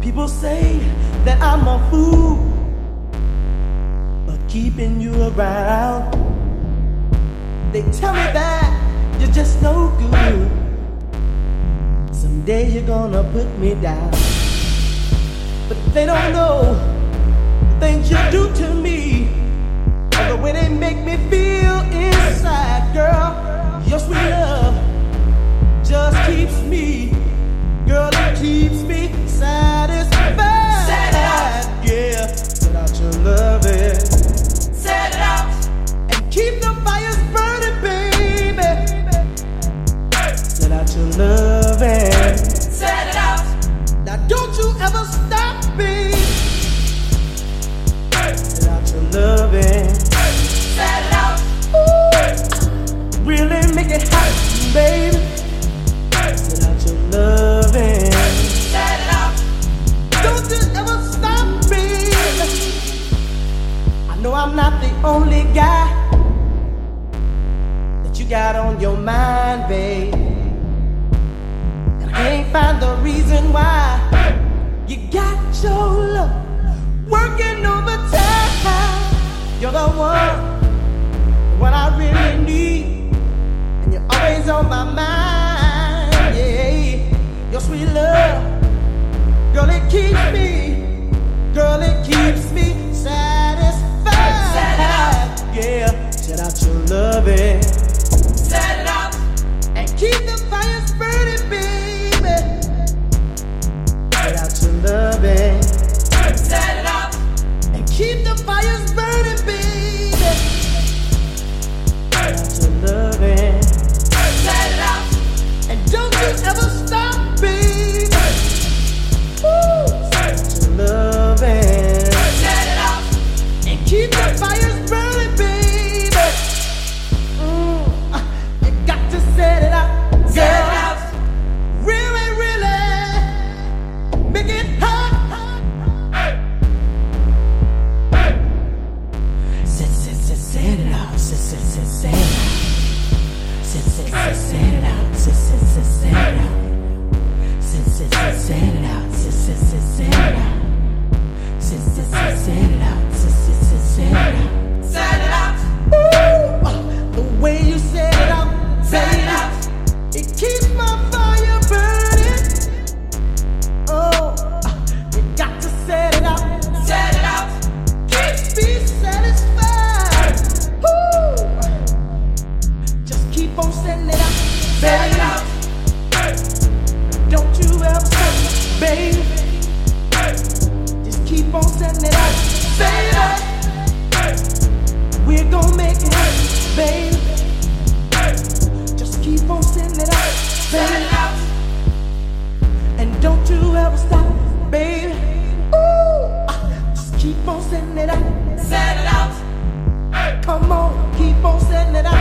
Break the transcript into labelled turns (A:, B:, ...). A: People say that I'm a fool, but keeping you around, they tell me that you're just no good. Someday you're gonna put me down, but they don't know the things you do to me, and the way they make me feel inside, girl. Your sweet love just keeps me. Girl, it keeps me satisfied.
B: Satisfied.
A: Yeah, without your loving.
B: Set it out.
A: And keep the fires burning, baby. Without your loving.
B: Set it out.
A: Now don't you ever stop me. Without your loving.
B: Set it out.
A: Really make it hot, baby. Without your loving.
B: Set it out.
A: Don't you ever stop me. I know I'm not the only guy that you got on your mind, babe. And I can't find the reason why you got your love working overtime. You're the one, what I really need, and you're always on my mind. Yeah, your sweet love. Girl, it keeps me. Girl, it keeps me satisfied. Yeah, shout out your loving
B: Set it out.
A: and keep the fires burning, baby. Shout out your loving
B: Set it out.
A: and keep the fires burning, baby. Shout out your loving
B: Set it out.
A: and don't you ever stop, baby. Woo! Shout out your loving.
B: Set it out.
A: and keep the fires burning, baby. Mm, uh, you got to set it up, girl.
B: Set it out.
A: Really, really make it hot. Set, set, set, set it out. Set, set, set, set it out. Set, set, set, set it out. Set, set, set, set it out. Set, set, set, set it out. Set, set, set, set it out. Set, set, set, set it out. Set, set, set, set it out.
B: Set it out.
A: Ooh, uh, the way you set it up,
B: Set it
A: baby.
B: out.
A: It keeps my fire burning. Oh, uh, you got to set it up.
B: Set it out.
A: Keeps me satisfied. Woo. Just keep on setting it up,
B: Set it
A: baby.
B: out.
A: Don't you ever stop, baby. Just keep on setting it up, baby. We're gonna make it happen, baby. Just keep on setting it up,
B: Set it
A: baby.
B: out.
A: And don't you ever stop, baby. Ooh, ah, just keep on setting it up.
B: Set it out.
A: Come on, keep on setting it up. Mm. Uh,